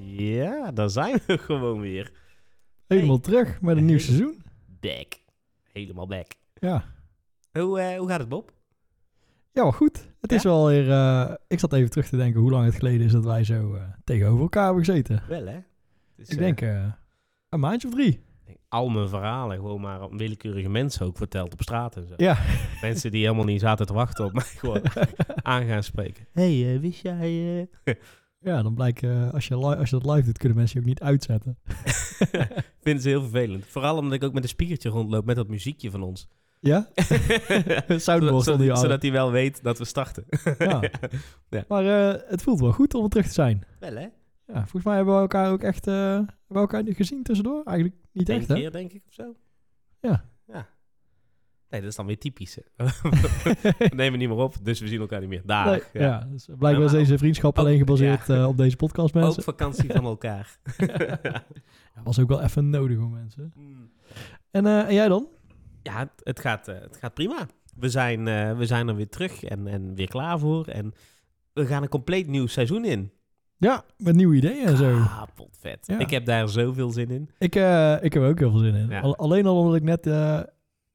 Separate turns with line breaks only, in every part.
Ja, daar zijn we gewoon weer.
Helemaal terug met een nieuw
Hey.
seizoen.
Back. Helemaal back.
Ja,
Hoe, eh, hoe gaat het, Bob?
ja maar goed. Het is
Ja?
wel weer... eh, ik zat even terug te denken hoe lang het geleden is dat wij zo eh, tegenover elkaar hebben gezeten.
Wel, hè? Dus,
ik denk eh, een maandje of drie.
Al mijn verhalen gewoon maar aan willekeurige mensen ook verteld op straat en zo.
Ja.
Mensen die helemaal niet zaten te wachten op mij gewoon aan gaan spreken. hey, eh, wist jij... eh?
Ja, dan blijkt eh, als, je li- als je dat live doet, kunnen mensen je ook niet uitzetten.
Ik vind ze heel vervelend. Vooral omdat ik ook met een spiekertje rondloop met dat muziekje van ons.
Ja? Soundboard onder je
zodat,
arm.
zodat hij wel weet dat we starten.
ja.
Ja.
Maar eh, het voelt wel goed om er terug te zijn.
Wel, hè?
Ja, volgens mij hebben we elkaar ook echt... eh, hebben we elkaar niet gezien tussendoor? Eigenlijk niet
Eén
echt, hè?
keer, denk ik, of zo.
Ja.
Ja. Nee, dat is dan weer typisch. hè. we nemen niet meer op, dus we zien elkaar niet meer. Daar.
Nee,
ja.
ja, dus blijkbaar is
maar
deze vriendschap
ook-
alleen gebaseerd eh, op deze podcast, mensen.
Ook vakantie van elkaar.
Dat was ook wel even nodig voor mensen. En, eh, en jij dan?
ja, het, het gaat, eh, het gaat prima. We zijn, eh, we zijn er weer terug en, en weer klaar voor. En we gaan een compleet nieuw seizoen in.
Ja, met nieuwe ideeën en
Ah.
zo.
Kapot vet.
Ja.
Ik heb daar zoveel zin in.
Ik, eh, ik heb er ook heel veel zin in.
Ja.
Al- alleen al omdat ik net... eh,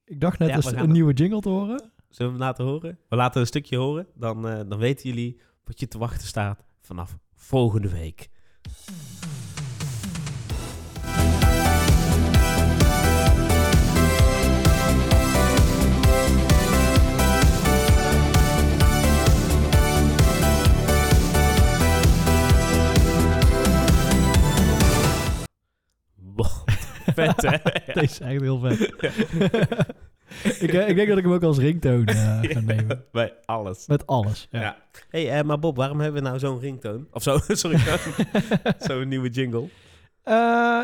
ik dacht net
Ja,
eens
we
een
gaan-
nieuwe jingle te horen.
Zullen we hem laten horen? We laten een stukje horen. Dan, eh, dan weten jullie wat je te wachten staat vanaf volgende week. Wow, Vet, hè?
Deze is echt heel vet. ik, eh, ik denk dat ik hem ook als ringtoon eh, ga nemen.
Bij alles.
Met alles. Ja.
Ja. hey, eh, maar Bob, waarom hebben we nou zo'n ringtoon? Of zo, sorry, zo'n nieuwe jingle.
Eh,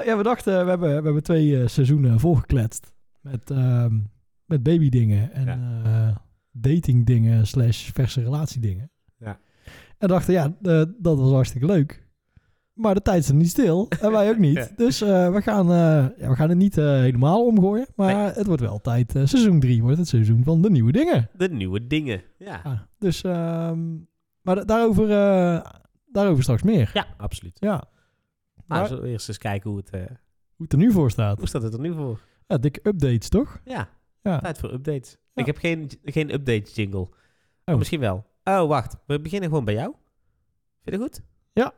ja, we dachten, we hebben, we hebben twee eh, seizoenen volgekletst. Met, ehm, met babydingen en
Ja.
eh, datingdingen slash verse relatiedingen.
Ja.
En dachten, ja, eh, dat was hartstikke leuk. Maar de tijd staat niet stil. En wij ook niet.
Ja.
Dus eh, we, gaan, eh, ja, we gaan het niet eh, helemaal omgooien. Maar
Nee.
het wordt wel tijd. eh, seizoen 3 wordt het seizoen van de nieuwe dingen.
De nieuwe dingen. Ja,
Ja, dus, ehm, maar da- daarover, eh, daarover straks meer.
ja absoluut.
Ja.
Nou,
Maar-
zullen we eerst eens kijken hoe het, eh,
Hoe het er nu voor staat.
hoe staat het er nu voor?
Ja, dikke updates, toch?
Ja,
Ja.
tijd voor updates.
Ja.
Ik heb geen, geen update jingle. Oh, Misschien wel. Oh, wacht. We beginnen gewoon bij jou. Vind je dat goed?
Ja.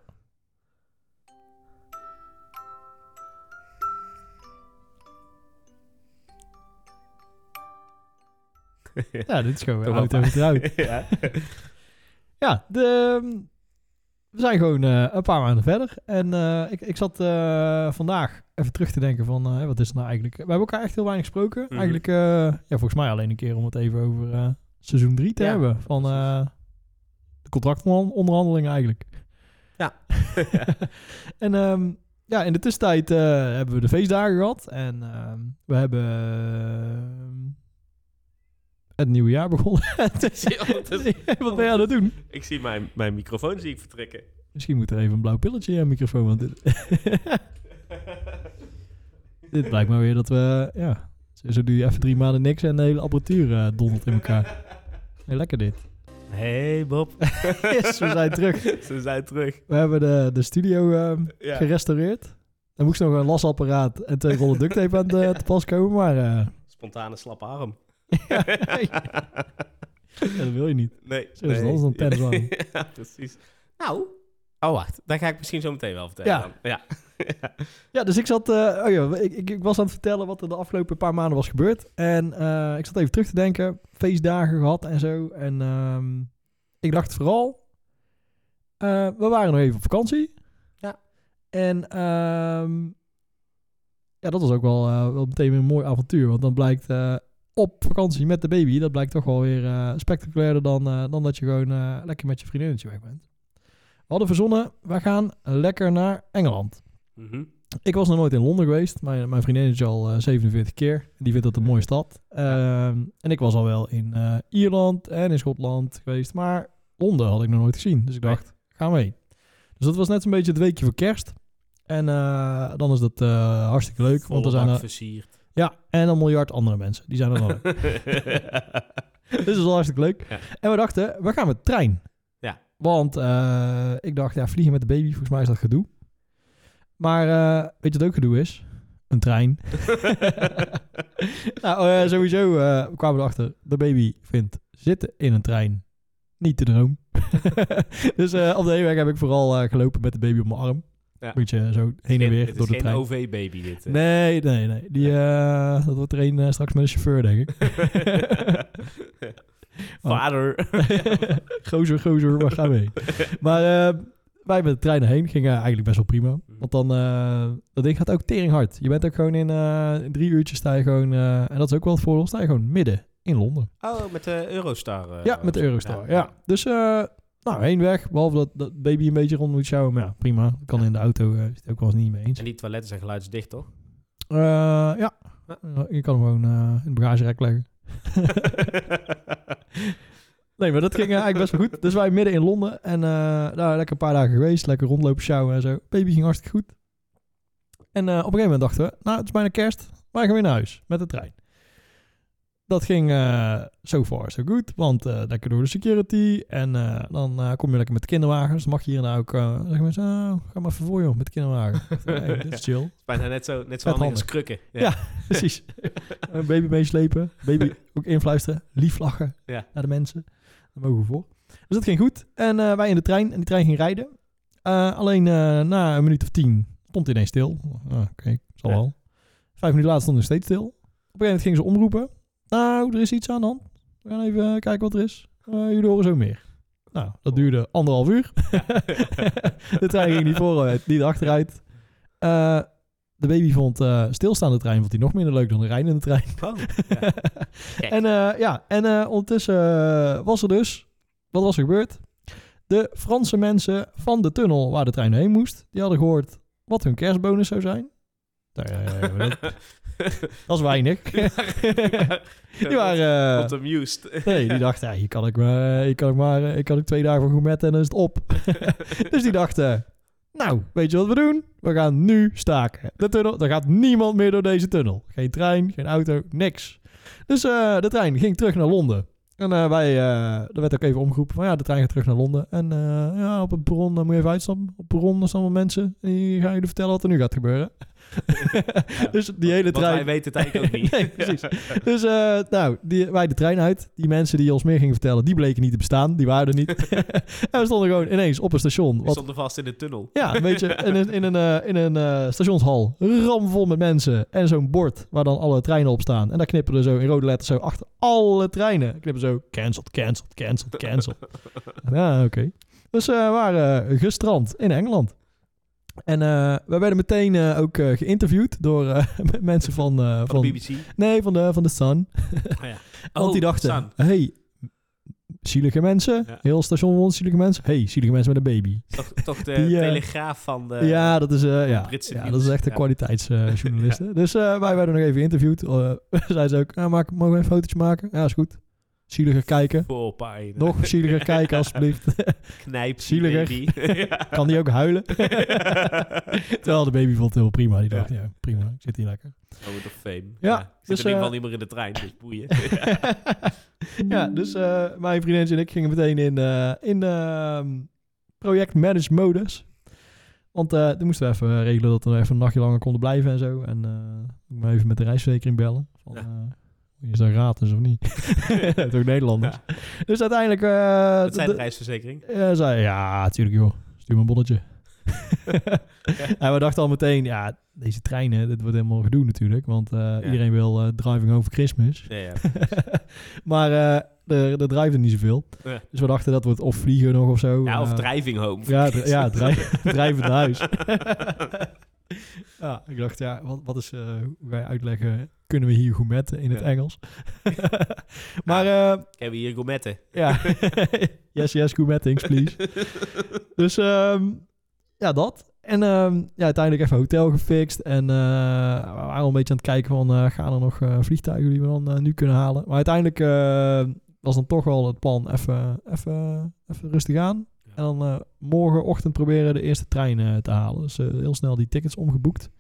Ja, dit is gewoon weer
Toch
oud
wel.
over oud.
ja.
Ja, de, ehm, we zijn gewoon eh, een paar maanden verder. En eh, ik, ik zat eh, vandaag even terug te denken van, eh, wat is het nou eigenlijk? We hebben elkaar echt heel weinig gesproken.
Mhm.
Eigenlijk, eh, ja, volgens mij alleen een keer om het even over eh, seizoen 3 te
Ja,
hebben. Van
precies.
eh, de contractonderhandelingen eigenlijk.
Ja.
en ehm, ja, in de tussentijd eh, hebben we de feestdagen gehad. En ehm, we hebben... ehm, het nieuwe jaar begonnen. Wat ben je aan het doen?
Ik zie mijn, mijn microfoon zie ik vertrekken.
Misschien moet er even een blauw pilletje in je microfoon. Want dit, dit blijkt maar weer dat we... Ja, zo, zo doe je even drie maanden niks en de hele apparatuur eh dondert in elkaar. Heel lekker dit.
Hey Bob.
Yes, we zijn terug.
Ze zijn terug.
We hebben de, de studio ehm,
Ja.
gerestaureerd. Er moest nog een lasapparaat en twee rollen duct tape aan de, te pas komen, maar eh,
Spontane slappe arm.
ja, dat wil je niet.
Nee.
Zo is het anders dan tennis warm.
ja, precies. Nou. Oh, wacht. Daar ga ik misschien zo meteen wel vertellen.
Ja.
dan. ja.
Ja, dus ik zat. eh, oh ja, ik, ik, ik was aan het vertellen wat er de afgelopen paar maanden was gebeurd. En eh, ik zat even terug te denken. Feestdagen gehad en zo. En ehm, ik dacht vooral. eh, we waren nog even op vakantie.
Ja.
En ehm, ja, dat was ook wel, eh, wel meteen weer een mooi avontuur. Want dan blijkt eh, op vakantie met de baby. Dat blijkt toch wel weer eh, spectaculairder dan, eh, dan dat je gewoon eh, lekker met je vriendinnetje weg bent. We hadden verzonnen, we gaan lekker naar Engeland.
Mhm.
Ik was nog nooit in Londen geweest. Mijn, mijn vriendin is er al eh, 47 keer. Die vindt dat een mooie stad. Ehm, en ik was al wel in eh, Ierland en in Schotland geweest. Maar Londen had ik nog nooit gezien. Dus ik dacht, gaan we heen. Dus dat was net een beetje het weekje voor kerst. En eh, dan is dat eh, hartstikke leuk. Want
Volle
er zijn
bak
er,
versierd.
ja, en een miljard andere mensen. Die zijn er dan ook. dus dat is wel hartstikke leuk.
Ja.
En we dachten, we gaan met trein.
Ja.
Want eh, ik dacht, ja, vliegen met de baby, volgens mij is dat gedoe. Maar eh, weet je wat ook gedoe is? Een trein. nou, eh, sowieso eh, we kwamen we erachter. De baby vindt zitten in een trein niet de droom. dus eh, op de heenweg heb ik vooral eh, gelopen met de baby op mijn arm.
Ja.
Beetje zo heen en
Geen-
weer
het
door de
is geen
trein.
OV-baby dit. eh. hè?
Nee, nee, nee. Die, eh, dat wordt er een eh, straks met een chauffeur, denk ik.
Vader.
gozer, gozer, waar gaan we heen? Maar eh, wij met de trein heen gingen eigenlijk best wel prima. Want dan, eh, dat ding gaat ook tering hard. Je bent ook gewoon in, eh, in drie uurtjes sta je gewoon, eh, en dat is ook wel het voordeel, sta je gewoon midden in Londen.
Oh, met de Eurostar. eh,
Ja, met de Eurostar. Ja. Dus eh nou, heen weg. Behalve dat, dat baby een beetje rond moet sjouwen. Maar ja, prima. Kan in de auto. eh, is het ook wel eens niet mee eens.
En die toiletten zijn geluidsdicht, toch?
Eh, ja. Eh, Je kan hem gewoon eh, in het bagagerek leggen. Nee, maar dat ging eh, eigenlijk best wel goed. Dus wij midden in Londen. En eh nou, lekker een paar dagen geweest. Lekker rondlopen, sjouwen en zo. Baby ging hartstikke goed. En eh, op een gegeven moment dachten we... Nou, het is bijna kerst. Wij gaan weer naar huis. Met de trein. Dat ging eh so far so good. Want eh, lekker door de security. En eh, dan eh, kom je lekker met de kinderwagens. Dan mag je hier nou ook... eh zeggen mensen, "Oh, ga maar even voor joh, met de kinderwagen. Nee, dit is chill.
Bijna net zo, net zo
Net
handig
handig.
als krukken.
Ja. Precies. Een baby meeslepen. Baby ook influisteren. Lief lachen
Ja.
naar de mensen. Daar mogen we voor. Dus dat ging goed. En eh, wij in de trein. En die trein ging rijden. Eh, alleen eh, na een minuut of tien stond hij ineens stil. Ah, Oké, zal
Ja.
wel. Vijf minuten later stond hij nog steeds stil. Op een gegeven moment gingen ze omroepen. Nou, er is iets aan de hand. We gaan even eh, kijken wat er is. Eh, jullie horen zo meer. Nou, dat duurde anderhalf uur. de trein ging niet
Oh.
vooruit, niet achteruit. Eh, de baby vond eh, stilstaande trein vond hij nog minder leuk dan een rijdende trein.
Oh, ja. Kijk.
En eh, ja, en eh, ondertussen eh, was er dus, wat was er gebeurd? De Franse mensen van de tunnel waar de trein heen moest, die hadden gehoord wat hun kerstbonus zou zijn. Nou, ja, ja, ja, dat, dat is weinig. die waren... eh,
Tot amused.
Nee, die dacht, ja, hier kan ik maar, hier kan ik maar eh, hier kan ik twee dagen voor goed metten en dan is het op. dus die dachten, nou, weet je wat we doen? We gaan nu staken. De tunnel, er gaat niemand meer door deze tunnel. Geen trein, geen auto, niks. Dus eh, de trein ging terug naar Londen. En eh, wij, eh er werd ook even omgeroepen van ja, de trein gaat terug naar Londen. En eh, ja, op het bron, dan moet je even uitstappen. Op het bron er staan allemaal mensen. Die gaan jullie vertellen wat er nu gaat gebeuren. dus die hele
Want
trein...
wij weten het eigenlijk ook niet.
Nee, precies. Dus eh, nou, die, wij de trein uit. Die mensen die ons meer gingen vertellen, die bleken niet te bestaan. Die waren er niet. en we stonden gewoon ineens op een station.
We
Wat,
stonden vast in de tunnel.
ja, een beetje in een, in een, eh, in een eh, stationshal. Ramvol met mensen. En zo'n bord waar dan alle treinen op staan. En daar knippen er zo in rode letters zo achter alle treinen. Knippen zo cancelled, cancelled, cancelled, cancelled. ja, oké. Dus eh, we waren eh, gestrand in Engeland. En eh, we werden meteen eh, ook eh, geïnterviewd door eh, mensen van... eh,
Van de BBC.
Nee, van de, van de Sun.
Oh, ja.
Want die dachten,
San.
hey, zielige mensen.
Ja.
Heel station vol zielige mensen. hey, zielige mensen met een baby.
Toch, toch de
Die, eh,
telegraaf van de...
ja, dat is, eh, ja.
Britse
ja,
nieuws.
dat is echt de
Ja.
kwaliteitsjournalisten. dus eh, wij werden nog even geïnterviewd. Eh zeiden ze ook, ah, maak, mogen we een fotootje maken? Ja, is goed. Zieliger kijken.
Voor pijn.
Nog zieliger kijken, alsjeblieft.
Knijp.
zieliger.
baby. Ja.
kan die ook huilen? Terwijl de baby vond het heel prima. Die dacht, ja,
Ja.
prima. Ik zit hier lekker.
Howard of Fame.
Ja,
Ik zit
dus,
in ieder geval
eh,
niet meer in de trein, dus boeien.
ja, dus eh, mijn vriendin en ik gingen meteen in, eh in ehm, project managed modus. Want eh toen moesten we even regelen dat we even een nachtje langer konden blijven en zo. En eh maar even met de reisverzekering bellen. Van,
Ja.
eh, is dat gratis of niet? Toch Nederlanders. Dus uiteindelijk... eh,
Dat zijn
de-
de reisverzekering.
ja, zei, ja, tuurlijk joh. Stuur me een bonnetje. En we dachten al meteen, ja, deze treinen, dit wordt helemaal gedoe natuurlijk. Want eh, iedereen wil eh, driving over Christmas.
Ja, ja.
maar eh er, er drijfde niet zoveel.
Ja.
Dus we dachten, dat wordt of vliegen nog of zo.
Ja, of
Eh,
driving home.
Ja, dri- ja dri- drijvend naar huis. ja, ik dacht, ja, wat, wat is, eh, hoe ga je uitleggen, kunnen we hier goed metten in het
Ja.
Engels? maar eh,
Hebben we hier gourmetten?
ja. yes, yes, good meetings, please. dus ehm, ja, dat. En ehm, ja, uiteindelijk even hotel gefixt. En eh, we waren al een beetje aan het kijken van... eh, gaan er nog eh, vliegtuigen die we dan eh, nu kunnen halen? Maar uiteindelijk eh, was dan toch wel het plan even, even, even rustig aan. En dan eh, morgenochtend proberen de eerste trein eh, te halen. Dus eh, heel snel die tickets omgeboekt.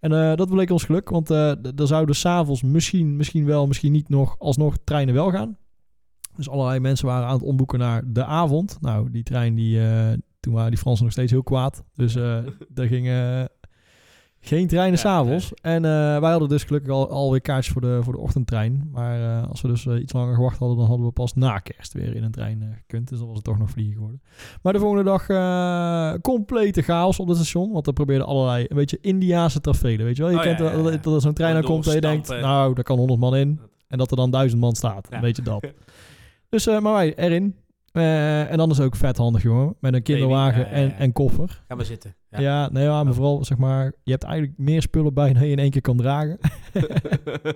En eh, dat bleek ons geluk, want eh, d- er zouden s'avonds misschien, misschien wel, misschien niet nog, alsnog treinen wel gaan. Dus allerlei mensen waren aan het omboeken naar de avond. Nou, die trein, die, eh, toen waren die Fransen nog steeds heel kwaad. Dus eh er gingen geen treinen
Ja,
s s'avonds. En eh, wij hadden dus gelukkig al, alweer kaartjes voor de, voor de ochtendtrein. Maar eh, als we dus eh, iets langer gewacht hadden, dan hadden we pas na kerst weer in een trein eh, gekund. Dus dan was het toch nog vliegen geworden. Maar de volgende dag eh, complete chaos op het station. Want er probeerden allerlei, een beetje Indiaanse tafereelen, weet je wel. Je
Oh,
kent
ja, ja,
wel
ja.
dat, dat er zo'n trein aan
Gewoon
komt en je denkt,
doorstampen.
nou, daar kan 100 man in. En dat er dan duizend man staat.
Ja.
Een beetje dat. Dus, eh, maar wij erin. Eh, en dan is het ook vet handig, jongen. Met een kinderwagen
ja, ja, ja.
En, en koffer.
Ga maar zitten.
Ja, nee, ja, maar vooral, zeg maar... Je hebt eigenlijk meer spullen bij dan je in één keer kan dragen.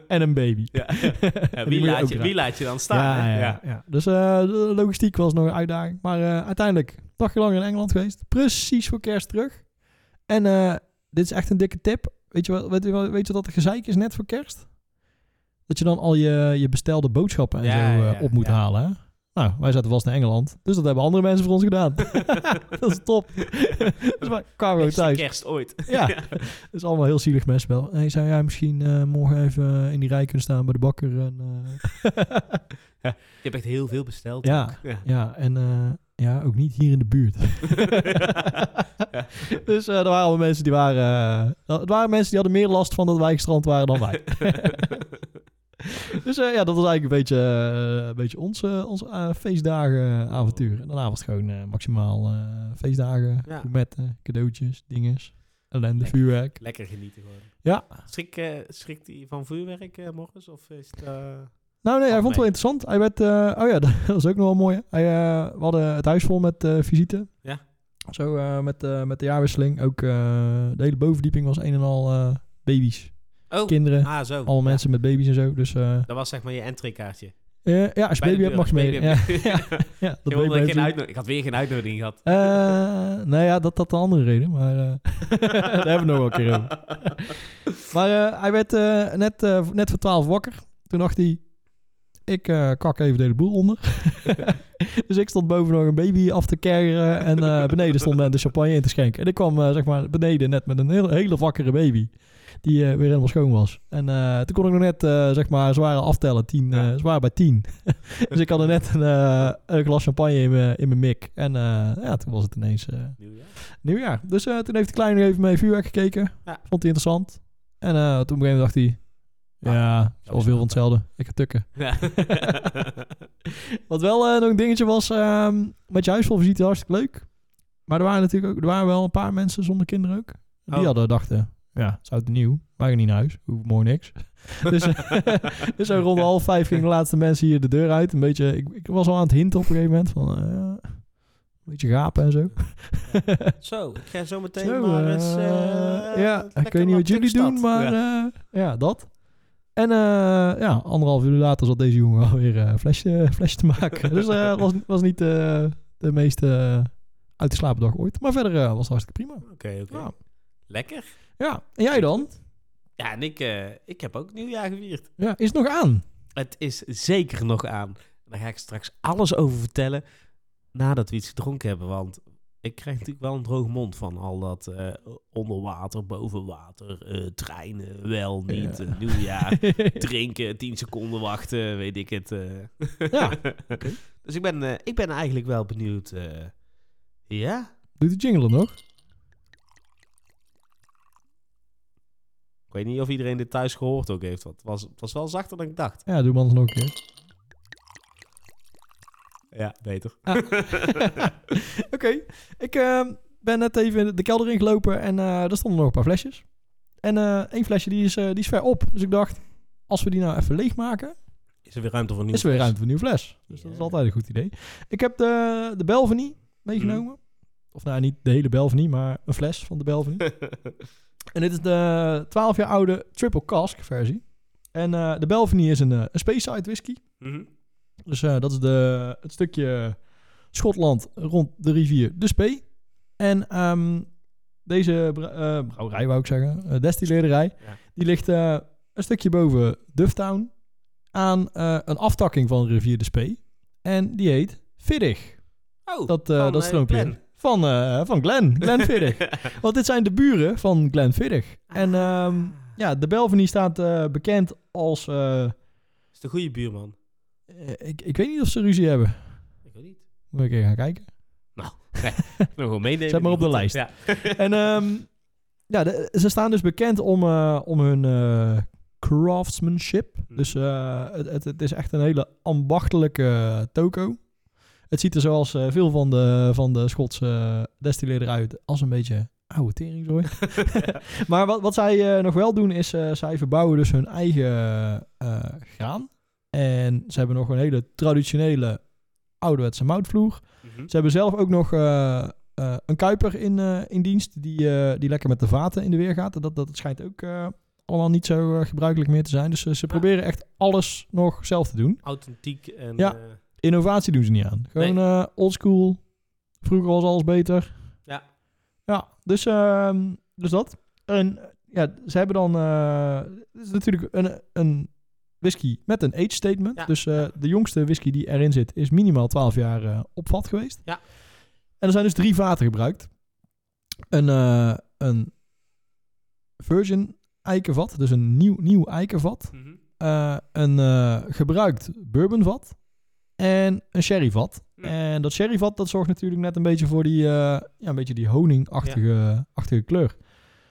en een baby.
Ja. Ja,
En
wie,
die moet je
laat
ook
je,
dragen.
wie laat je dan staan?
Ja,
hè?
ja, ja. Dus eh, de logistiek was nog een uitdaging. Maar eh, uiteindelijk, een dagje langer in Engeland geweest. Precies voor kerst terug. En eh, dit is echt een dikke tip. Weet je, wel, weet, je wel- weet je wat dat gezeik is net voor kerst? Dat je dan al je, je bestelde boodschappen en
Ja,
zo eh,
ja, ja,
op moet
ja.
halen. Hè? Nou, wij zaten vast in Engeland. Dus dat hebben andere mensen voor ons gedaan. dat is top. dus wij kwamen gewoon
Beste
thuis.
kerst ooit.
Ja, dat is allemaal heel zielig mensenspel. Hey, zou jij misschien eh, morgen even eh, in die rij kunnen staan bij de bakker? En, eh,
Je hebt echt heel veel besteld.
Ja.
ook. ja.
Ja, en eh, ja, ook niet hier in de buurt. dus eh, er waren allemaal mensen die waren... eh, er waren mensen die hadden meer last van dat wij gestrand waren dan wij. dus eh, ja, dat was eigenlijk een beetje, eh, een beetje ons, eh, ons eh, feestdagen eh, avontuur. En daarna was het gewoon eh, maximaal eh, feestdagen,
Ja.
gourmetten, cadeautjes, dinges, ellende,
Lekker.
vuurwerk.
Lekker genieten gewoon.
Ja.
Schrik, eh, schrikt hij van vuurwerk eh, morgens? Of is het... eh,
Nou nee, hij
Valt
vond het wel
mee.
interessant. Hij werd, eh, oh ja, dat was ook nog wel mooi. hè. Hij, eh, we hadden het huis vol met eh, visite.
Ja.
Zo eh, met, eh, met de jaarwisseling. Ook eh, de hele bovendieping was een en al eh, baby's.
Oh,
Kinderen,
ah zo.
allemaal
Ja.
mensen met baby's en zo. Dus eh,
Dat was zeg maar je entreekaartje.
eh, ja, als je
Bij de
baby hebt
deur,
mag je
als
mee.
je
Ja,
baby hebt.
ja, ja, dat
Ik
baby
wilde geen
heeft u.
uitno- ik had weer geen uitnodiging gehad.
Eh, nou ja, dat had een andere reden, maar eh, daar hebben we nog wel een keer over. maar eh, hij werd eh, net, eh, net voor 12 wakker. Toen dacht hij, ik eh, kak even de hele boel onder. dus ik stond boven nog een baby af te kergeren en eh, beneden stond men de champagne in te schenken. En ik kwam eh, zeg maar beneden net met een heel, hele wakkere baby die eh, weer helemaal schoon was. En eh, toen kon ik nog net eh, zeg maar zware aftellen, tien,
Ja.
eh, zwaar bij tien. dus ik had er net een, eh, een glas champagne in mijn- in mijn mik. En eh, ja, toen was het ineens... eh,
Nieuwjaar.
nieuwjaar. Dus eh, toen heeft de kleine nog even mee vuurwerk gekeken.
Ja.
Vond hij interessant. En eh, toen op een gegeven moment dacht hij...
Ja,
Ja, het is wel
is
veel
wel
van hetzelfde. Ik ga tukken.
Ja.
Wat wel eh, nog een dingetje was... ehm, met je huisvolvisite hartstikke leuk. Maar er waren natuurlijk ook... Er waren wel een paar mensen zonder kinderen ook. Die
Oh.
hadden dachten... Ja, het is oud en nieuw. Wij gaan niet naar huis. Hoeft mooi niks. Dus, dus zo rond half vijf gingen de laatste mensen hier de deur uit. Een beetje... Ik, ik was al aan het hinten op een gegeven moment. Van, eh, een beetje gapen en zo.
Zo, ik ga zo meteen
Zo,
maar
eh,
eens... eh,
ja,
lekker
ik weet niet
naar
wat jullie
Tukstad.
doen, maar eh,
Ja.
ja, ja dat. En eh, ja, anderhalf uur later zat deze jongen alweer eh flesje, flesje te maken. dus eh was, was niet eh, de meest eh, uit te slapen dag ooit. Maar verder eh, was het hartstikke prima.
Oké, oké.
Ja.
Lekker.
ja, en jij dan?
Ja, en ik, eh, ik heb ook nieuwjaar gevierd.
Ja, is het nog aan?
Het is zeker nog aan. Daar ga ik straks alles over vertellen nadat we iets gedronken hebben. Want ik krijg natuurlijk wel een droge mond van al dat eh, onder water, boven water, eh, treinen, wel, niet,
Ja.
eh, nieuwjaar, drinken, tien seconden wachten, weet ik het. eh.
Ja,
Dus ik ben, eh, ik ben eigenlijk wel benieuwd. eh, ja?
Doet de jingle er nog?
Ik weet niet of iedereen dit thuis gehoord ook heeft. Want het was, het was wel zachter dan ik dacht.
Ja, doe hem anders nog een keer.
Ja, beter.
Oké, ik eh, ben net even de kelder ingelopen en eh daar stonden nog een paar flesjes. En eh, één flesje die is, eh, die is ver op. Dus ik dacht, als we die nou even leegmaken,
Is er weer ruimte voor nieuws?
is er weer ruimte voor een nieuwe fles. Dus dat is
Ja.
altijd een goed idee. Ik heb de, de Belvenie meegenomen. Of nou, niet de hele Belvenie, maar een fles van de Belvenie. en dit is de 12 jaar oude triple cask versie. En eh, de Belvenie is een, eh, een Space Side whisky.
Mhm.
Dus eh, dat is de, het stukje Schotland rond de rivier de Spee. En ehm, deze br- eh, brouwerij, wou ik zeggen, eh, destilleerderij,
Ja.
die ligt eh, een stukje boven Dufftown aan eh, een aftakking van de rivier de Spee. En die heet Viddig.
Oh,
Dat, eh,
van,
dat
eh,
stroompje.
Glen.
Van, eh, van Glen, Glen Viddig. Want dit zijn de buren van Glen Viddig.
Ah.
En ehm, ja, de Belvenie staat eh, bekend als... eh, eh,
Is de goede buurman?
ik, ik weet niet of ze ruzie hebben.
Ik weet niet.
Moet ik even gaan kijken.
Nog gewoon meenemen.
Zet maar op de
Ja.
lijst.
Ja.
En ehm, ja, de- ze staan dus bekend om, eh, om hun eh, craftsmanship.
Mhm.
Dus eh, het, het, het is echt een hele ambachtelijke toko. Het ziet er zoals eh, veel van de, van de Schotse destilleerder uit als een beetje oude tering, maar wat, wat zij eh, nog wel doen is, eh, zij verbouwen dus hun eigen eh, graan. En ze hebben nog een hele traditionele ouderwetse moutvloer.
Mhm.
Ze hebben zelf ook nog eh, eh, een kuiper in, eh, in dienst die, eh, die lekker met de vaten in de weer gaat. Dat, dat schijnt ook eh, allemaal niet zo eh, gebruikelijk meer te zijn. Dus eh, ze
Ja.
proberen echt alles nog zelf te doen.
Authentiek en...
Ja.
eh,
Innovatie doen ze niet aan. Gewoon
Nee.
eh, oldschool. Vroeger was alles beter.
Ja.
Ja, dus, ehm, dus dat. En eh, ja, ze hebben dan... eh, het is natuurlijk een, een whisky met een age statement.
Ja.
Dus eh, de jongste whisky die erin zit is minimaal 12 jaar eh, op vat geweest.
Ja.
En er zijn dus drie vaten gebruikt. Een, eh, een virgin eikenvat, dus een nieuw, nieuw eikenvat
mhm.
eh, een eh, gebruikt bourbonvat en een sherryvat.
Ja.
En dat sherryvat dat zorgt natuurlijk net een beetje voor die, eh, ja, een beetje die honingachtige achtige kleur.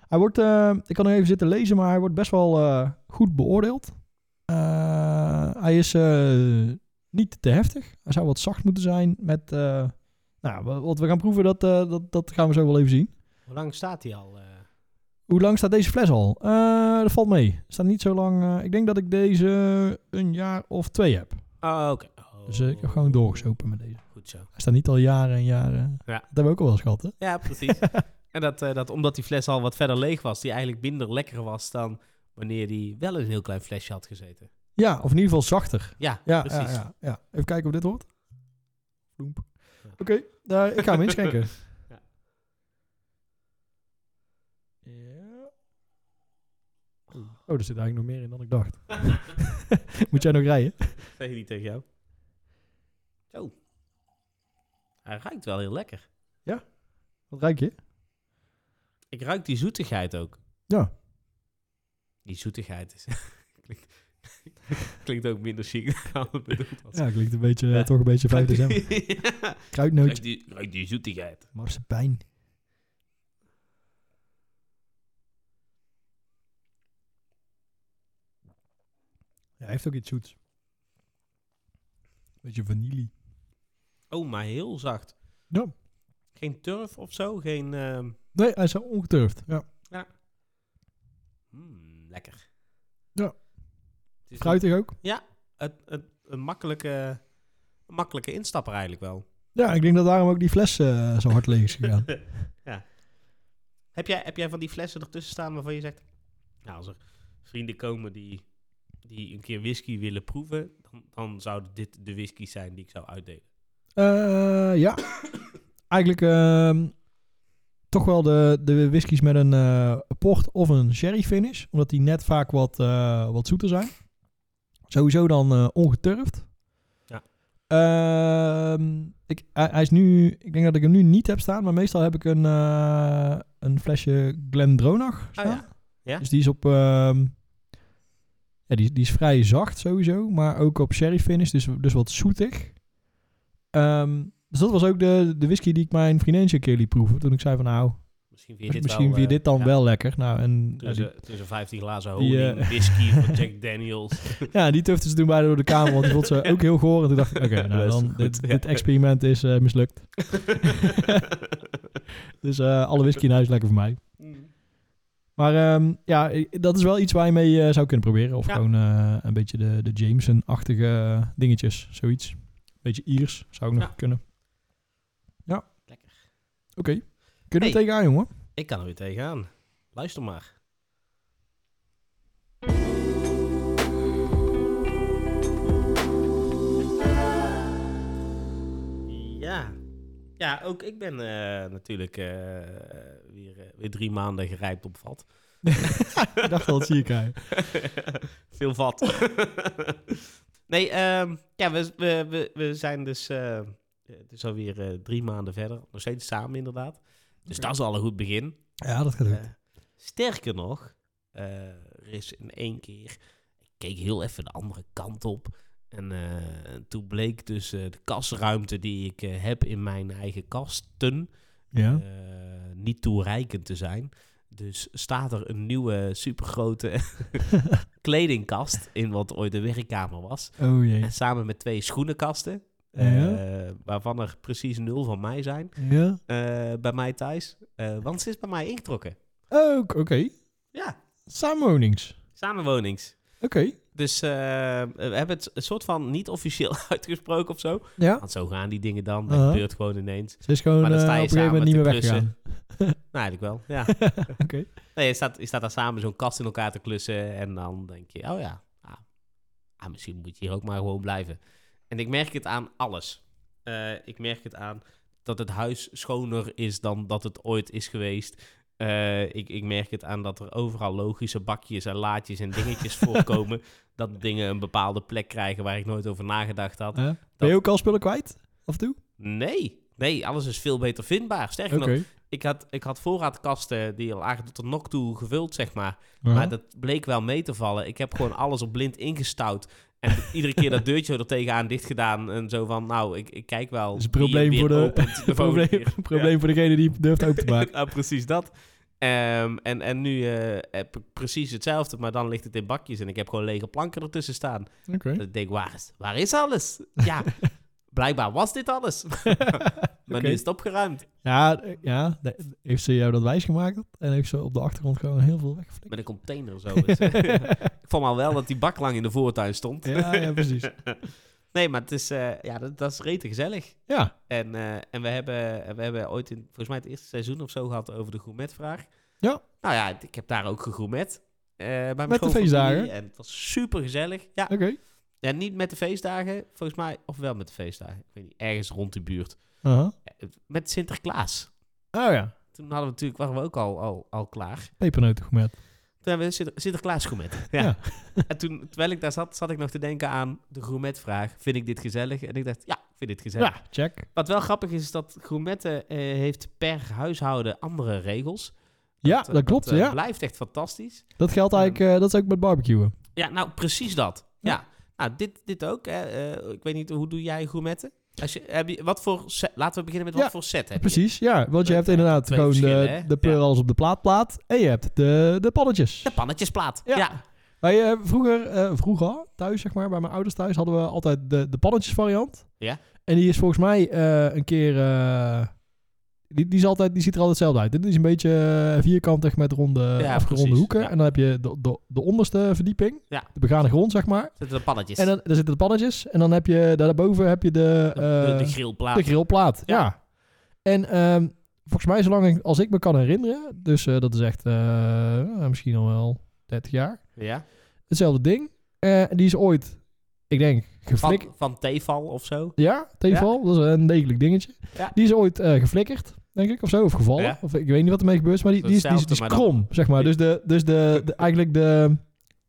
Hij wordt, eh, ik kan nog even zitten lezen, maar hij wordt best wel eh, goed beoordeeld. Eh, hij is eh, niet te heftig. Hij zou wat zacht moeten zijn met, eh, nou, wa- wat we gaan proeven, dat, eh, dat, dat gaan we zo wel even zien.
Hoe lang staat hij al? eh?
Hoe lang staat deze fles al? Eh, dat valt mee. Staat niet zo lang. eh, ik denk dat ik deze een jaar of twee heb.
Oh, oké. Oh.
Dus eh, ik heb gewoon doorgesopen met deze.
Goed zo.
Hij staat niet al jaren en jaren.
Ja.
Dat hebben we ook al wel eens gehad, hè?
Ja, precies. en dat, eh, dat omdat die fles al wat verder leeg was, die eigenlijk minder lekker was dan wanneer die wel in een heel klein flesje had gezeten.
Ja, of in ieder geval zachter.
Ja,
Ja,
precies.
ja, ja, ja. Even kijken of dit hoort. Bloemp.
Ja.
Oké, daar- ik ga hem eens kijken.
Ja.
Ja. Oh, er zit eigenlijk nog meer in dan ik dacht. Moet jij nog rijden?
Zeg je niet tegen jou? Zo. Hij ruikt wel heel lekker.
Wat ruik je?
Ik ruik die zoetigheid ook.
Ja.
Die zoetigheid is... klinkt, klinkt ook minder chic dan het bedoeld was.
Ja, klinkt een beetje, eh,
Ja.
toch een beetje 5 december.
Ja. Ruik
Kruidnootje,
die, ruik die zoetigheid.
marsepein. Ja, hij heeft ook iets zoets. Beetje vanille.
Oh, maar heel zacht.
Ja.
Geen turf of zo? Geen... ehm,
Nee, hij is zo ongeturfd. Ja.
mm, lekker.
Ja.
Het is een-
Fruitig ook.
het- het- een, makkelijke, een makkelijke instapper eigenlijk wel.
Ja, ik denk dat daarom ook die fles eh, zo hard leeg is gegaan.
ja. Heb jij, heb jij van die flessen ertussen staan waarvan je zegt... Nou, als er vrienden komen die, die een keer whisky willen proeven... Dan, dan zouden dit de whiskies zijn die ik zou uitdelen.
Eh, ja, eigenlijk ehm, toch wel de, de whiskies met een eh, port of een sherry finish. Omdat die net vaak wat, eh, wat zoeter zijn. Sowieso dan eh, ongeturfd.
Ja.
Ehm, ik, hij, hij is nu, ik denk dat ik hem nu niet heb staan. Maar meestal heb ik een, eh, een flesje Glendronach staan.
Oh, ja. Ja?
Dus die is op... ehm, ja, die, die is vrij zacht sowieso. Maar ook op sherry finish. Dus, dus wat zoetig. Ehm, dus dat was ook de, de whisky die ik mijn vriendinnetje een keer liet proeven. Toen ik zei van nou,
Misschien vind je dit
misschien
wel...
vind je
eh,
dit dan
ja.
wel lekker. Nou, en ja, die,
Tussen, tussen 15 glazen
Die,
honing,
eh,
whisky van Jack Daniels.
ja, die tufte ze toen bijna door de kamer, want die vond ze ook heel goor. En toen dacht ik, oké,
Dat
nou
is
dan,
goed,
dit,
ja.
dit experiment is eh, mislukt. Dus eh, alle whisky in huis lekker voor mij.
Hmm.
Maar ehm, ja, i- dat is wel iets waar je mee eh, zou kunnen proberen. Of
Ja.
gewoon eh, een beetje de, de Jameson-achtige eh, dingetjes, zoiets. Beetje Iers zou ook nog
Ja.
kunnen. Ja.
Lekker.
Oké. Kunnen
Hey.
we tegenaan, jongen?
Ik kan er weer tegenaan. Luister maar. Ja. Ja, ook ik ben eh, natuurlijk eh, weer, eh, weer drie maanden gerijpt op vat.
Ik dacht al, dat zie ik aan je.
Veel vat. nee, ehm, ja, we, we, we, we zijn dus eh, eh, het is alweer eh, drie maanden verder. Nog steeds samen inderdaad. Dus dat is al een goed begin.
Ja, dat gaat goed.
Eh, sterker nog, eh, er is in één keer... Ik keek heel even de andere kant op. En eh, toen bleek dus eh, de kasruimte die ik eh, heb in mijn eigen kasten...
ja.
eh, niet toereikend te zijn. Dus staat er een nieuwe supergrote kledingkast in wat ooit de werkkamer was.
oh jee.
En samen met twee schoenenkasten,
Ja.
eh, waarvan er precies nul van mij zijn,
Ja.
eh, bij mij thuis. Eh, want ze is bij mij ingetrokken.
Ook, oké.
Ja,
Samenwonings.
samenwonings.
Oké.
Dus eh, we hebben het een soort van niet officieel uitgesproken of zo.
Ja.
Want zo gaan die dingen dan. Dat
Uh-huh.
gebeurt gewoon ineens.
Ze is gewoon
Maar dan
eh,
sta je
op een gegeven moment niet meer
samen te
weggegaan.
Nou, eigenlijk wel. Ja.
oké.
Nee, je staat, je staat daar samen zo'n kast in elkaar te klussen. En dan denk je, oh ja, ah, ah, misschien moet je hier ook maar gewoon blijven. En ik merk het aan alles. Eh, ik merk het aan dat het huis schoner is dan dat het ooit is geweest. Eh, ik, ik merk het aan dat er overal logische bakjes en laadjes en dingetjes voorkomen. Dat dingen een bepaalde plek krijgen waar ik nooit over nagedacht had.
Eh, ben je ook al spullen kwijt? Af en toe?
Nee, nee, alles is veel beter vindbaar. Sterker
Oké.
nog, ik had, ik had voorraadkasten die al eigenlijk tot de nok toe gevuld, zeg maar.
Ja.
Maar dat bleek wel mee te vallen. Ik heb gewoon alles op blind ingestouwd. En iedere keer dat deurtje er tegenaan dicht gedaan. En zo van, nou, ik, ik kijk wel.
Dat is een
wie
probleem
weer
voor de-
opent de volgende
probleem,
keer.
probleem voor degene die durft open te maken.
Ja, precies dat. Ehm, en, en nu eh, heb ik precies hetzelfde, maar dan ligt het in bakjes. En ik heb gewoon lege planken ertussen staan.
Oké.
Dat ik denk, waar is, waar is alles? Ja, blijkbaar was dit alles. maar
Oké.
nu is het opgeruimd.
Ja, eh, ja. de- heeft ze jou dat wijsgemaakt? En heeft ze op de achtergrond gewoon heel veel weggeflikt?
Met een container zo. Dus, eh, ik vond al wel dat die bak lang in de voortuin stond.
ja, ja, precies.
Nee, maar het is, eh, ja, dat, dat is rete gezellig.
Ja.
En, eh, en we, hebben, en we hebben ooit in, volgens mij het eerste seizoen of zo gehad over de gourmetvraag.
Ja.
Nou ja, ik heb daar ook gegourmet. eh, bij mijn
Met de
schoonfamilie.
feestdagen?
En het was super gezellig. Ja.
Oké.
en niet met de feestdagen, volgens mij, of wel met de feestdagen. Ik weet niet, ergens rond die buurt.
Aha.
Eh, Met Sinterklaas.
Oh ja.
Toen hadden we natuurlijk, waren we ook al, al, al klaar.
Pepernoten gourmet.
Toen hebben we Sinter- Sinterklaas gourmet. Ja.
Ja.
En toen, terwijl ik daar zat, zat ik nog te denken aan de gourmetvraag. Vind ik dit gezellig? En ik dacht, ja, ik vind dit gezellig.
Ja, check.
Wat wel grappig is, is dat gourmetten eh, heeft per huishouden andere regels.
Ja, dat klopt,
eh,
ja.
blijft echt fantastisch.
Dat geldt eigenlijk, eh, dat is ook met barbecuen.
Ja, nou, precies dat. Ja.
Ja.
Nou, dit, dit ook. Hè. Eh, ik weet niet, hoe doe jij gourmetten? Als je, heb je, wat voor set- Laten we beginnen met wat
Ja,
voor set heb je?
Precies, ja. Want je hebt inderdaad
Eh, Twee
gewoon
verschillen,
de,
hè?
de plurals op de plaatplaat en je hebt de, de pannetjes.
De pannetjesplaat.
Ja.
Ja.
Wij eh, vroeger, eh, vroeger thuis, zeg maar, bij mijn ouders thuis, hadden we altijd de, de pannetjes variant.
Ja.
En die is volgens mij eh, een keer... eh, die, die, is altijd, die ziet er altijd hetzelfde uit. Dit is een beetje eh, vierkantig met ronde,
Ja,
afgeronde
precies,
hoeken.
ja.
En dan heb je de, de, de onderste verdieping,
Ja.
de begane grond, zeg maar.
Zitten de pannetjes.
En dan, daar zitten de pannetjes. En dan heb je, daarboven heb je de...
de, de- de
eh,
grillplaat.
de grillplaat, ja.
Ah. Ja.
En ehm, volgens mij, zolang ik, als ik me kan herinneren, dus eh, dat is echt eh, misschien al wel 30 jaar,
ja.
hetzelfde ding. Eh, die is ooit, ik denk, geflikkerd.
Van, van Tefal of zo.
Ja, Tefal, dat is een degelijk dingetje.
Ja.
Die is ooit eh, geflikkerd, denk ik, of zo, of gevallen.
Ja.
Of ik weet niet wat ermee gebeurt, maar die, die is, die is, die is
Hetzelfde, maar
krom, zeg maar. Dus, de, dus de, de- eigenlijk de,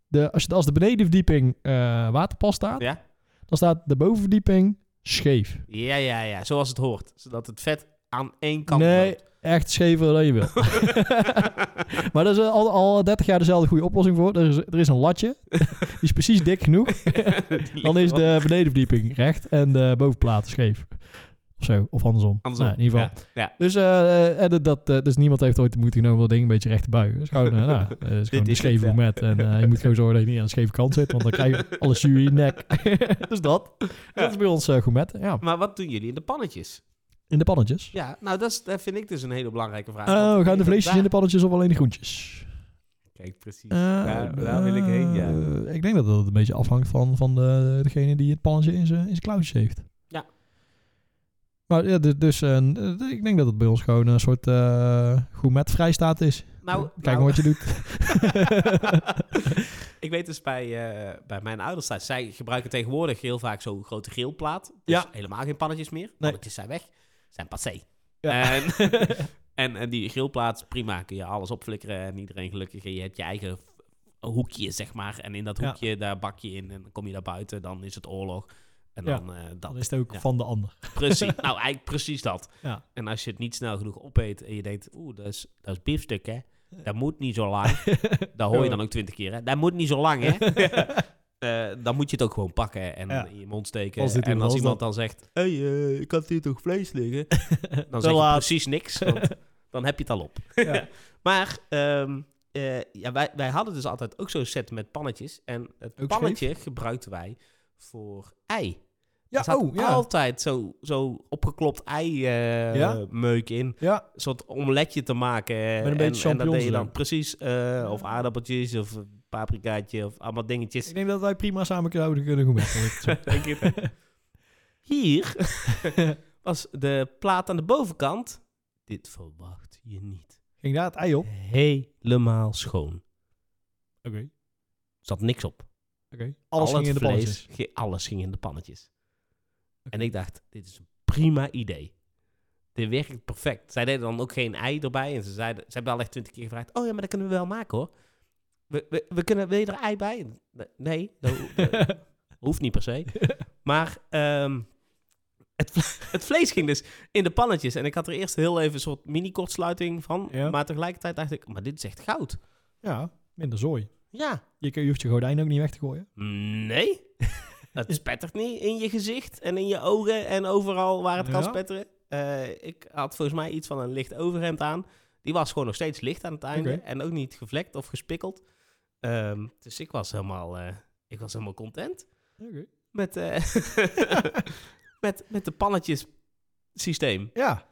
de, als, je, als de benedenverdieping eh waterpas staat,
Ja.
dan staat de bovenverdieping scheef.
Ja, ja, ja. Zoals het hoort. Zodat het vet aan één kant
Nee.
loopt.
Echt schever dan je wil. maar er is eh, al, al 30 jaar dezelfde goede oplossing voor. Er is, er is een latje. Die is precies dik genoeg.
Die
Dan
ligt
is
erop.
de benedenverdieping recht en de bovenplaat scheef. Of zo, of andersom.
Andersom.
Nou, in ieder geval.
Ja, ja.
Dus, eh, eh, dat- dat, eh, dus niemand heeft ooit de moeite genomen om dat ding een beetje recht te buigen. Het is gewoon, eh, nou, eh, het is gewoon een
is
scheve
het, ja.
met. En eh, je moet gewoon zorgen dat je niet aan de scheve kant zit, want dan krijg je alles zuur in je nek. dus dat. Dat is bij ons goed met. Ja,
Maar wat doen jullie in de pannetjes?
in de pannetjes.
Ja, nou, dat, is, dat vind ik dus een hele belangrijke vraag. Want
Oh,
ik
gaan
denk
de
dat
vleesjes
daar-
in de pannetjes of alleen de groentjes?
Kijk, precies.
Eh,
daar, daar wil ik heen, ja.
eh, ik denk dat dat een beetje afhangt van, van de, degene die het pannetje in zijn in zijn klauwtjes heeft.
Ja.
Maar ja, dus, dus eh, eh, ik denk dat het bij ons gewoon een soort eh gourmet vrijstaat is.
nou,
Kijk maar
nou,
wat je doet.
ik weet dus bij, eh, bij mijn ouders thuis, zij gebruiken tegenwoordig heel vaak zo'n grote grillplaat. Dus
Ja.
helemaal geen pannetjes meer. Pannetjes zijn weg. Zijn passé.
Ja.
En, en, en die grillplaat, prima, kun je alles opflikkeren en iedereen gelukkig. En je hebt je eigen hoekje, zeg maar. En in dat
Ja.
hoekje, daar bak je in en dan kom je daar buiten, dan is het oorlog. En
Ja.
dan eh, dat.
Dan is het ook
Ja.
van de ander.
Precies, nou eigenlijk precies dat.
Ja.
En als je het niet snel genoeg opeet en je denkt, oeh, dat is, dat is biefstuk hè. Dat moet niet zo lang. Dat hoor je dan ook twintig keer hè. Dat moet niet zo lang hè. Eh, dan moet je het ook gewoon pakken en
Ja.
in je mond steken.
Als dit
en als
was,
iemand dan zegt, hé, hey, eh, ik had hier toch vlees liggen? Dan
Te
zeg je
laat.
precies niks, want dan heb je het al op.
Ja.
Maar ehm, eh, ja, wij, wij hadden dus altijd ook zo'n set met pannetjes. En het
Ook
pannetje gebruikten wij voor ei.
Ja,
er zat
oh, ja.
altijd zo, zo opgeklopt
Ja?
ei-meuk in.
Ja,
Een soort omeletje te maken. Met
een
en,
beetje
en dat deed je
champignons
dan
erin.
precies. eh, Of aardappeltjes, of een paprikaatje, of allemaal dingetjes.
ik denk dat wij prima samen zouden kunnen doen. met-
Denk ik wel. Hier was de plaat aan de bovenkant. Dit verwacht je niet.
Ging daar het ei op?
Helemaal schoon.
Oké.
Er zat niks op.
Alles
Al
ging
het
in de
vlees,
pannetjes.
ge- alles ging in de pannetjes. En ik dacht, dit is een prima idee. Dit werkt perfect. Zij deden dan ook geen ei erbij. En ze, zeiden, ze hebben al echt twintig keer gevraagd. Oh ja, maar dat kunnen we wel maken hoor. We, we, we kunnen, wil je er ei bij? Nee, dat, ho- dat hoeft niet per se. Maar ehm, het, vle- het vlees ging dus in de pannetjes. En ik had er eerst heel even een soort mini-kortsluiting van.
Ja.
Maar tegelijkertijd dacht ik, maar dit is echt goud.
ja, minder zooi.
Ja,
Je, kun- je hoeft je gordijn ook niet weg te gooien.
Nee. het spettert niet in je gezicht en in je ogen en overal waar het kan
Ja.
spetteren. Eh, ik had volgens mij iets van een licht overhemd aan. Die was gewoon nog steeds licht aan het einde
Oké.
en ook niet gevlekt of gespikkeld. Ehm, dus ik was helemaal, eh, ik was helemaal content met, eh, met, met de pannetjes systeem.
Ja,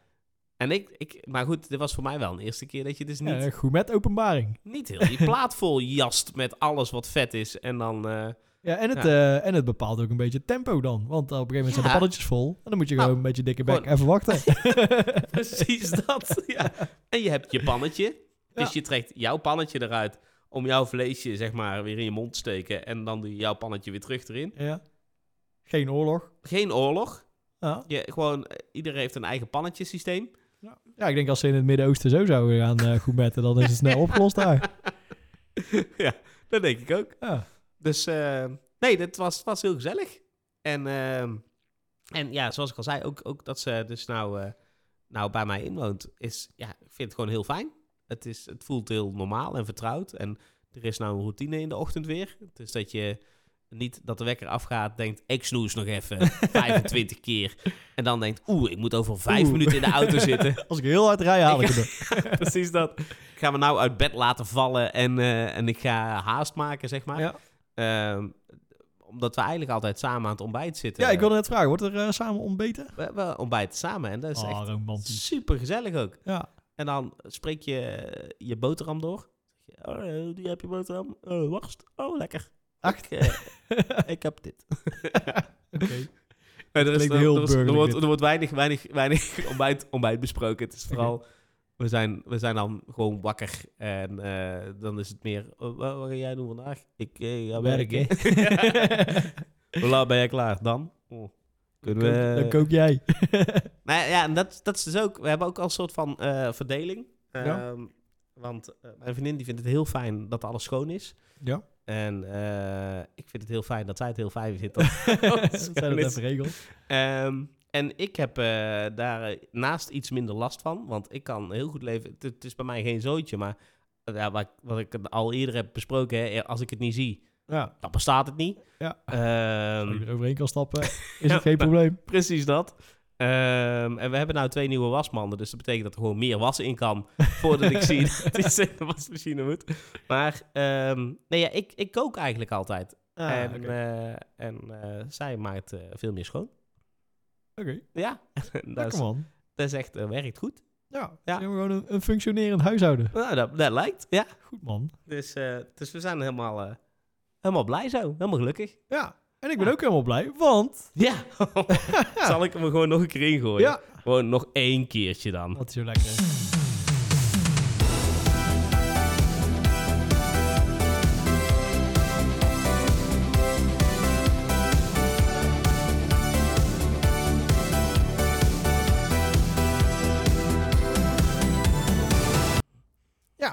En ik, ik, maar goed, dit was voor mij wel een eerste keer dat je dus niet,
eh, goed met openbaring.
niet heel die plaat vol jast met alles wat vet is. En dan, eh,
Ja, en het,
Ja.
eh, en het bepaalt ook een beetje het tempo dan. Want op een gegeven moment zijn de
Ja.
pannetjes vol. En dan moet je gewoon
Nou,
een beetje dikke bek
gewoon-
even wachten.
Precies dat. Ja. En je hebt je pannetje. Dus
Ja.
je trekt jouw pannetje eruit om jouw vleesje zeg maar weer in je mond te steken. En dan doe je jouw pannetje weer terug erin.
ja. Geen oorlog.
Geen oorlog.
Ja.
Je, gewoon, eh, iedereen heeft een eigen pannetjesysteem.
ja, ik denk als ze in het Midden-Oosten zo zouden gaan eh goed metten, dan is het snel opgelost daar.
ja, dat denk ik ook.
Ja.
Dus eh, nee, dat was, was heel gezellig. En, ehm, en ja, zoals ik al zei, ook, ook dat ze dus nou, eh, nou bij mij inwoont, is, ja, ik vind het gewoon heel fijn. Het, is, het voelt heel normaal en vertrouwd. En er is nou een routine in de ochtend weer. Dus dat je niet dat de wekker afgaat, denkt, ik snoes nog even 25 keer. En dan denkt, oeh, ik moet over vijf
Oeh.
minuten in de auto zitten.
Als ik heel hard rij, haal ik
Ik-
het. er.
Precies dat. Ik ga me nou uit bed laten vallen en, eh, en ik ga haast maken, zeg maar.
Ja.
Ehm, omdat we eigenlijk altijd samen aan het ontbijt zitten.
Ja, ik wilde net vragen, wordt er eh, samen ontbeten?
We, we ontbijten samen en dat is echt
Oh, romantisch.
super gezellig ook.
Ja,
En dan spreek je eh, je boterham door. Zeg je, Oh, eh, die heb je boterham. Oh, worst. Oh, lekker.
Echt?
Ik, eh, ik heb dit.
oké.
Nee, er, is-
Klinkt
er-
heel
er is- er
burgerlijk
wordt,
dit.
er wordt weinig, weinig, weinig ontbijt, ontbijt besproken. Het is vooral, we, zijn, we zijn dan gewoon wakker. En eh, dan is het meer, oh, wa- wat ga jij doen vandaag? Ik eh, ga werken. Hoe laat ben jij klaar? Dan? Oh, Kunnen we...
Dan kook jij.
Nou ja, en dat, dat is dus ook. We hebben ook al een soort van eh, verdeling.
Ja.
Ehm, Want eh, mijn vriendin die vindt het heel fijn dat alles schoon is.
Ja.
En eh, ik vind het heel fijn dat zij het heel fijn vindt. dat-
Dat zijn het
is-
even regels.
Ehm, en ik heb eh, daar eh, naast iets minder last van. Want ik kan heel goed leven. Het, het is bij mij geen zootje, maar eh, ja, wat, ik- wat ik al eerder heb besproken, hè, als ik het niet zie,
Ja,
dan bestaat het niet.
Ja.
Ehm,
als je er overheen kan stappen, is
Ja,
het geen
nou.
probleem.
Precies dat. Ehm, en we hebben nou twee nieuwe wasmanden. Dus dat betekent dat er gewoon meer was in kan. Voordat ik zie dat iets in de wasmachine moet. Maar ehm, nee, ja, ik, ik kook eigenlijk altijd.
Ah,
en
oké.
eh, en eh, zij maakt eh, veel meer schoon.
Oké,
Ja, dat,
lekker
is,
man.
dat is echt, eh, werkt goed.
Ja,
Ja.
ja. gewoon een, een functionerend huishouden.
Nou, dat, dat lijkt. Ja.
Goed man.
Dus, eh, dus we zijn helemaal, eh, helemaal blij zo. Helemaal gelukkig.
Ja, en ik ben ook helemaal blij, want...
Ja. Zal ik hem er gewoon nog een keer ingooien?
Ja,
Gewoon nog één keertje dan.
dat is zo lekker. Ja,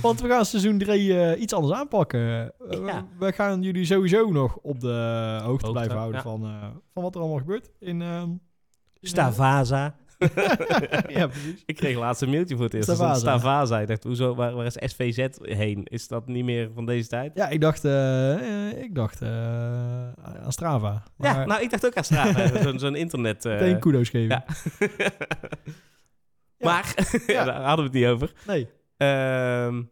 Want we gaan seizoen 3 iets anders aanpakken. Eh,
Ja.
we, we gaan jullie sowieso nog op de hoogte,
Hoogte,
blijven houden
ja.
van, eh, van wat er allemaal gebeurt. In, ehm, in, eh,
Stavaza.
ja, precies.
Ik kreeg laatst een mailtje voor het eerst. Er stond
Stavaza.
Stavaza. Ik dacht, hoezo, waar, waar is SVZ heen? Is dat niet meer van deze tijd?
Ja, ik dacht, eh, eh, ik dacht eh, aan Strava. Maar
ja, nou, ik dacht ook aan Strava. Zo'n zo'n internet... eh.
meteen kudos geven.
ja. maar,
Ja.
daar hadden we het niet over.
Nee.
Ehm,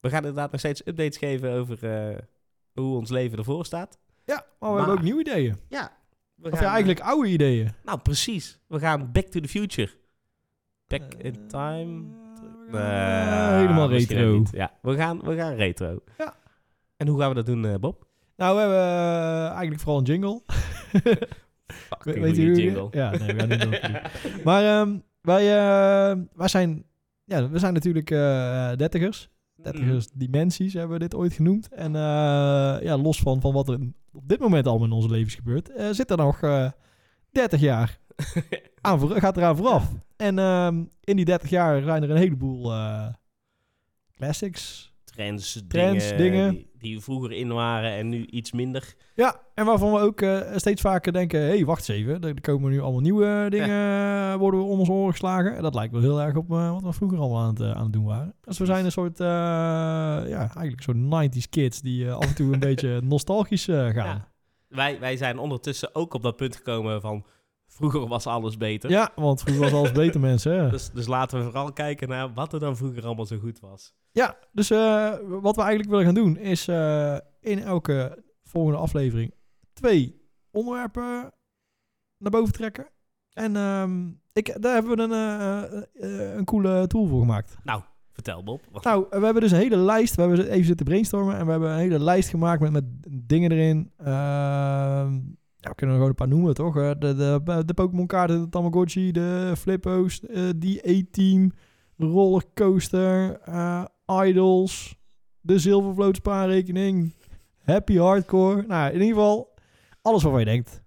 we gaan inderdaad nog steeds updates geven over eh, hoe ons leven ervoor staat.
Ja, maar we
Maar-
hebben ook nieuwe ideeën.
Ja. We
Of
gaan, eh,
ja, eigenlijk oude ideeën.
Nou, precies. We gaan back to the future. Back
Eh,
in time.
we gaan-
Eh,
helemaal
misschien
retro.
ook niet. Ja, we gaan, we gaan retro.
Ja.
En hoe gaan we dat doen, eh, Bob?
Nou, we hebben eh, eigenlijk vooral een jingle.
Fucking
We-
goeie
jullie hoe-
jingle.
Ja, nee, we gaan niet doen. Maar ehm, wij, eh, wij zijn, ja, we zijn natuurlijk eh dertigers.
Mhm. Mm.
Dertigers dimensies hebben we dit ooit genoemd. En eh, ja, los van, van wat er in- op dit moment allemaal in onze levens gebeurt, eh, zit er nog eh 30 jaar aan voor, gaat eraan vooraf. En ehm, in die 30 jaar zijn er een heleboel eh, classics.
Trends,
Trends,
dingen,
dingen.
Die, die vroeger in waren en nu iets minder.
Ja, en waarvan we ook eh, steeds vaker denken, hé, hey, wacht eens even, er er komen nu allemaal nieuwe dingen, eh, worden we om ons oren geslagen. En dat lijkt wel heel erg op eh, wat we vroeger allemaal aan het, eh, aan het doen waren. Dus we zijn een soort, eh, ja, eigenlijk zo'n 90s kids die eh, af en toe een beetje nostalgisch eh, gaan.
Ja. Wij, wij zijn ondertussen ook op dat punt gekomen van vroeger was alles beter.
Ja. want vroeger was alles beter, mensen. hè.
Dus, dus laten we vooral kijken naar wat er dan vroeger allemaal zo goed was.
Ja, dus eh, wat we eigenlijk willen gaan doen is eh, in elke volgende aflevering twee onderwerpen naar boven trekken. En ehm, ik, daar hebben we een, eh, eh, eh, een coole tool voor gemaakt.
Vertel Bob. Wat-
Nou, we hebben dus een hele lijst. We hebben even zitten brainstormen en we hebben een hele lijst gemaakt met, met dingen erin. Ehm, ja, we kunnen er gewoon een paar noemen, toch? Eh, De, de, de Pokémon kaarten, de Tamagotchi, de Flippo's, eh, die E-team, de Rollercoaster, eh, Idols, de Zilvervloot spaarrekening, Happy Hardcore. Nou, in ieder geval, alles waarvan je denkt.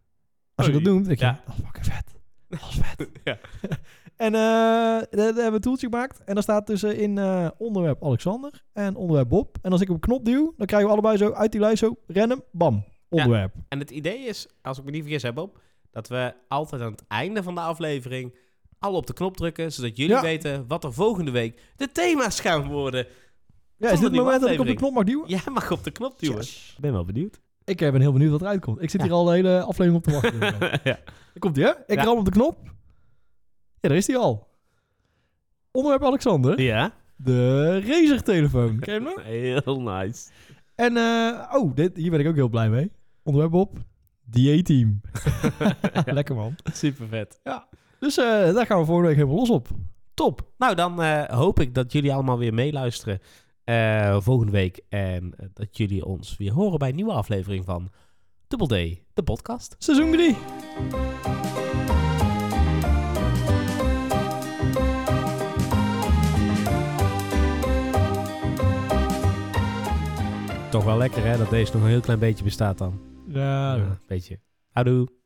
Als je
Oei,
dat doet, denk je,
ja.
dat is fucking vet. Dat is vet.
Ja.
En eh, daar daar hebben we een toeltje gemaakt. En daar staat dus eh, in eh, onderwerp Alexander en onderwerp Bob. En als ik op een knop duw, dan krijgen we allebei zo uit die lijst zo random, bam, onderwerp.
En het idee is, als ik me niet vergis heb Bob, dat we altijd aan het einde van de aflevering al op de knop drukken, zodat jullie
Ja.
weten wat er volgende week de thema's gaan worden.
Ja,
Tot
is dit
een
het moment dat ik op de
aflevering.
knop mag duwen?
Jij mag op de knop duwen.
Yes.
Ik ben wel benieuwd.
Ik eh, ben heel benieuwd wat eruit komt. Ik zit
Ja.
hier al de hele aflevering op te wachten.
ja.
Er komt die, hè? Ik
Ja.
ram op de knop. Ja, daar is die al. Onderwerp Alexander.
ja.
De Razer-telefoon. Ken je hem nog?
Heel nice.
En, eh, oh, dit, hier ben ik ook heel blij mee. Onderwerp Bob. Die team Lekker, man.
Super vet.
Dus eh, daar gaan we volgende week helemaal los op.
Top. Nou, dan eh, hoop ik dat jullie allemaal weer meeluisteren eh, volgende week. En eh, dat jullie ons weer horen bij een nieuwe aflevering van Double D, de podcast.
Seizoen 3.
Toch wel lekker hè, dat deze nog een heel klein beetje bestaat dan.
Ja, Ah,
beetje. Houdoe.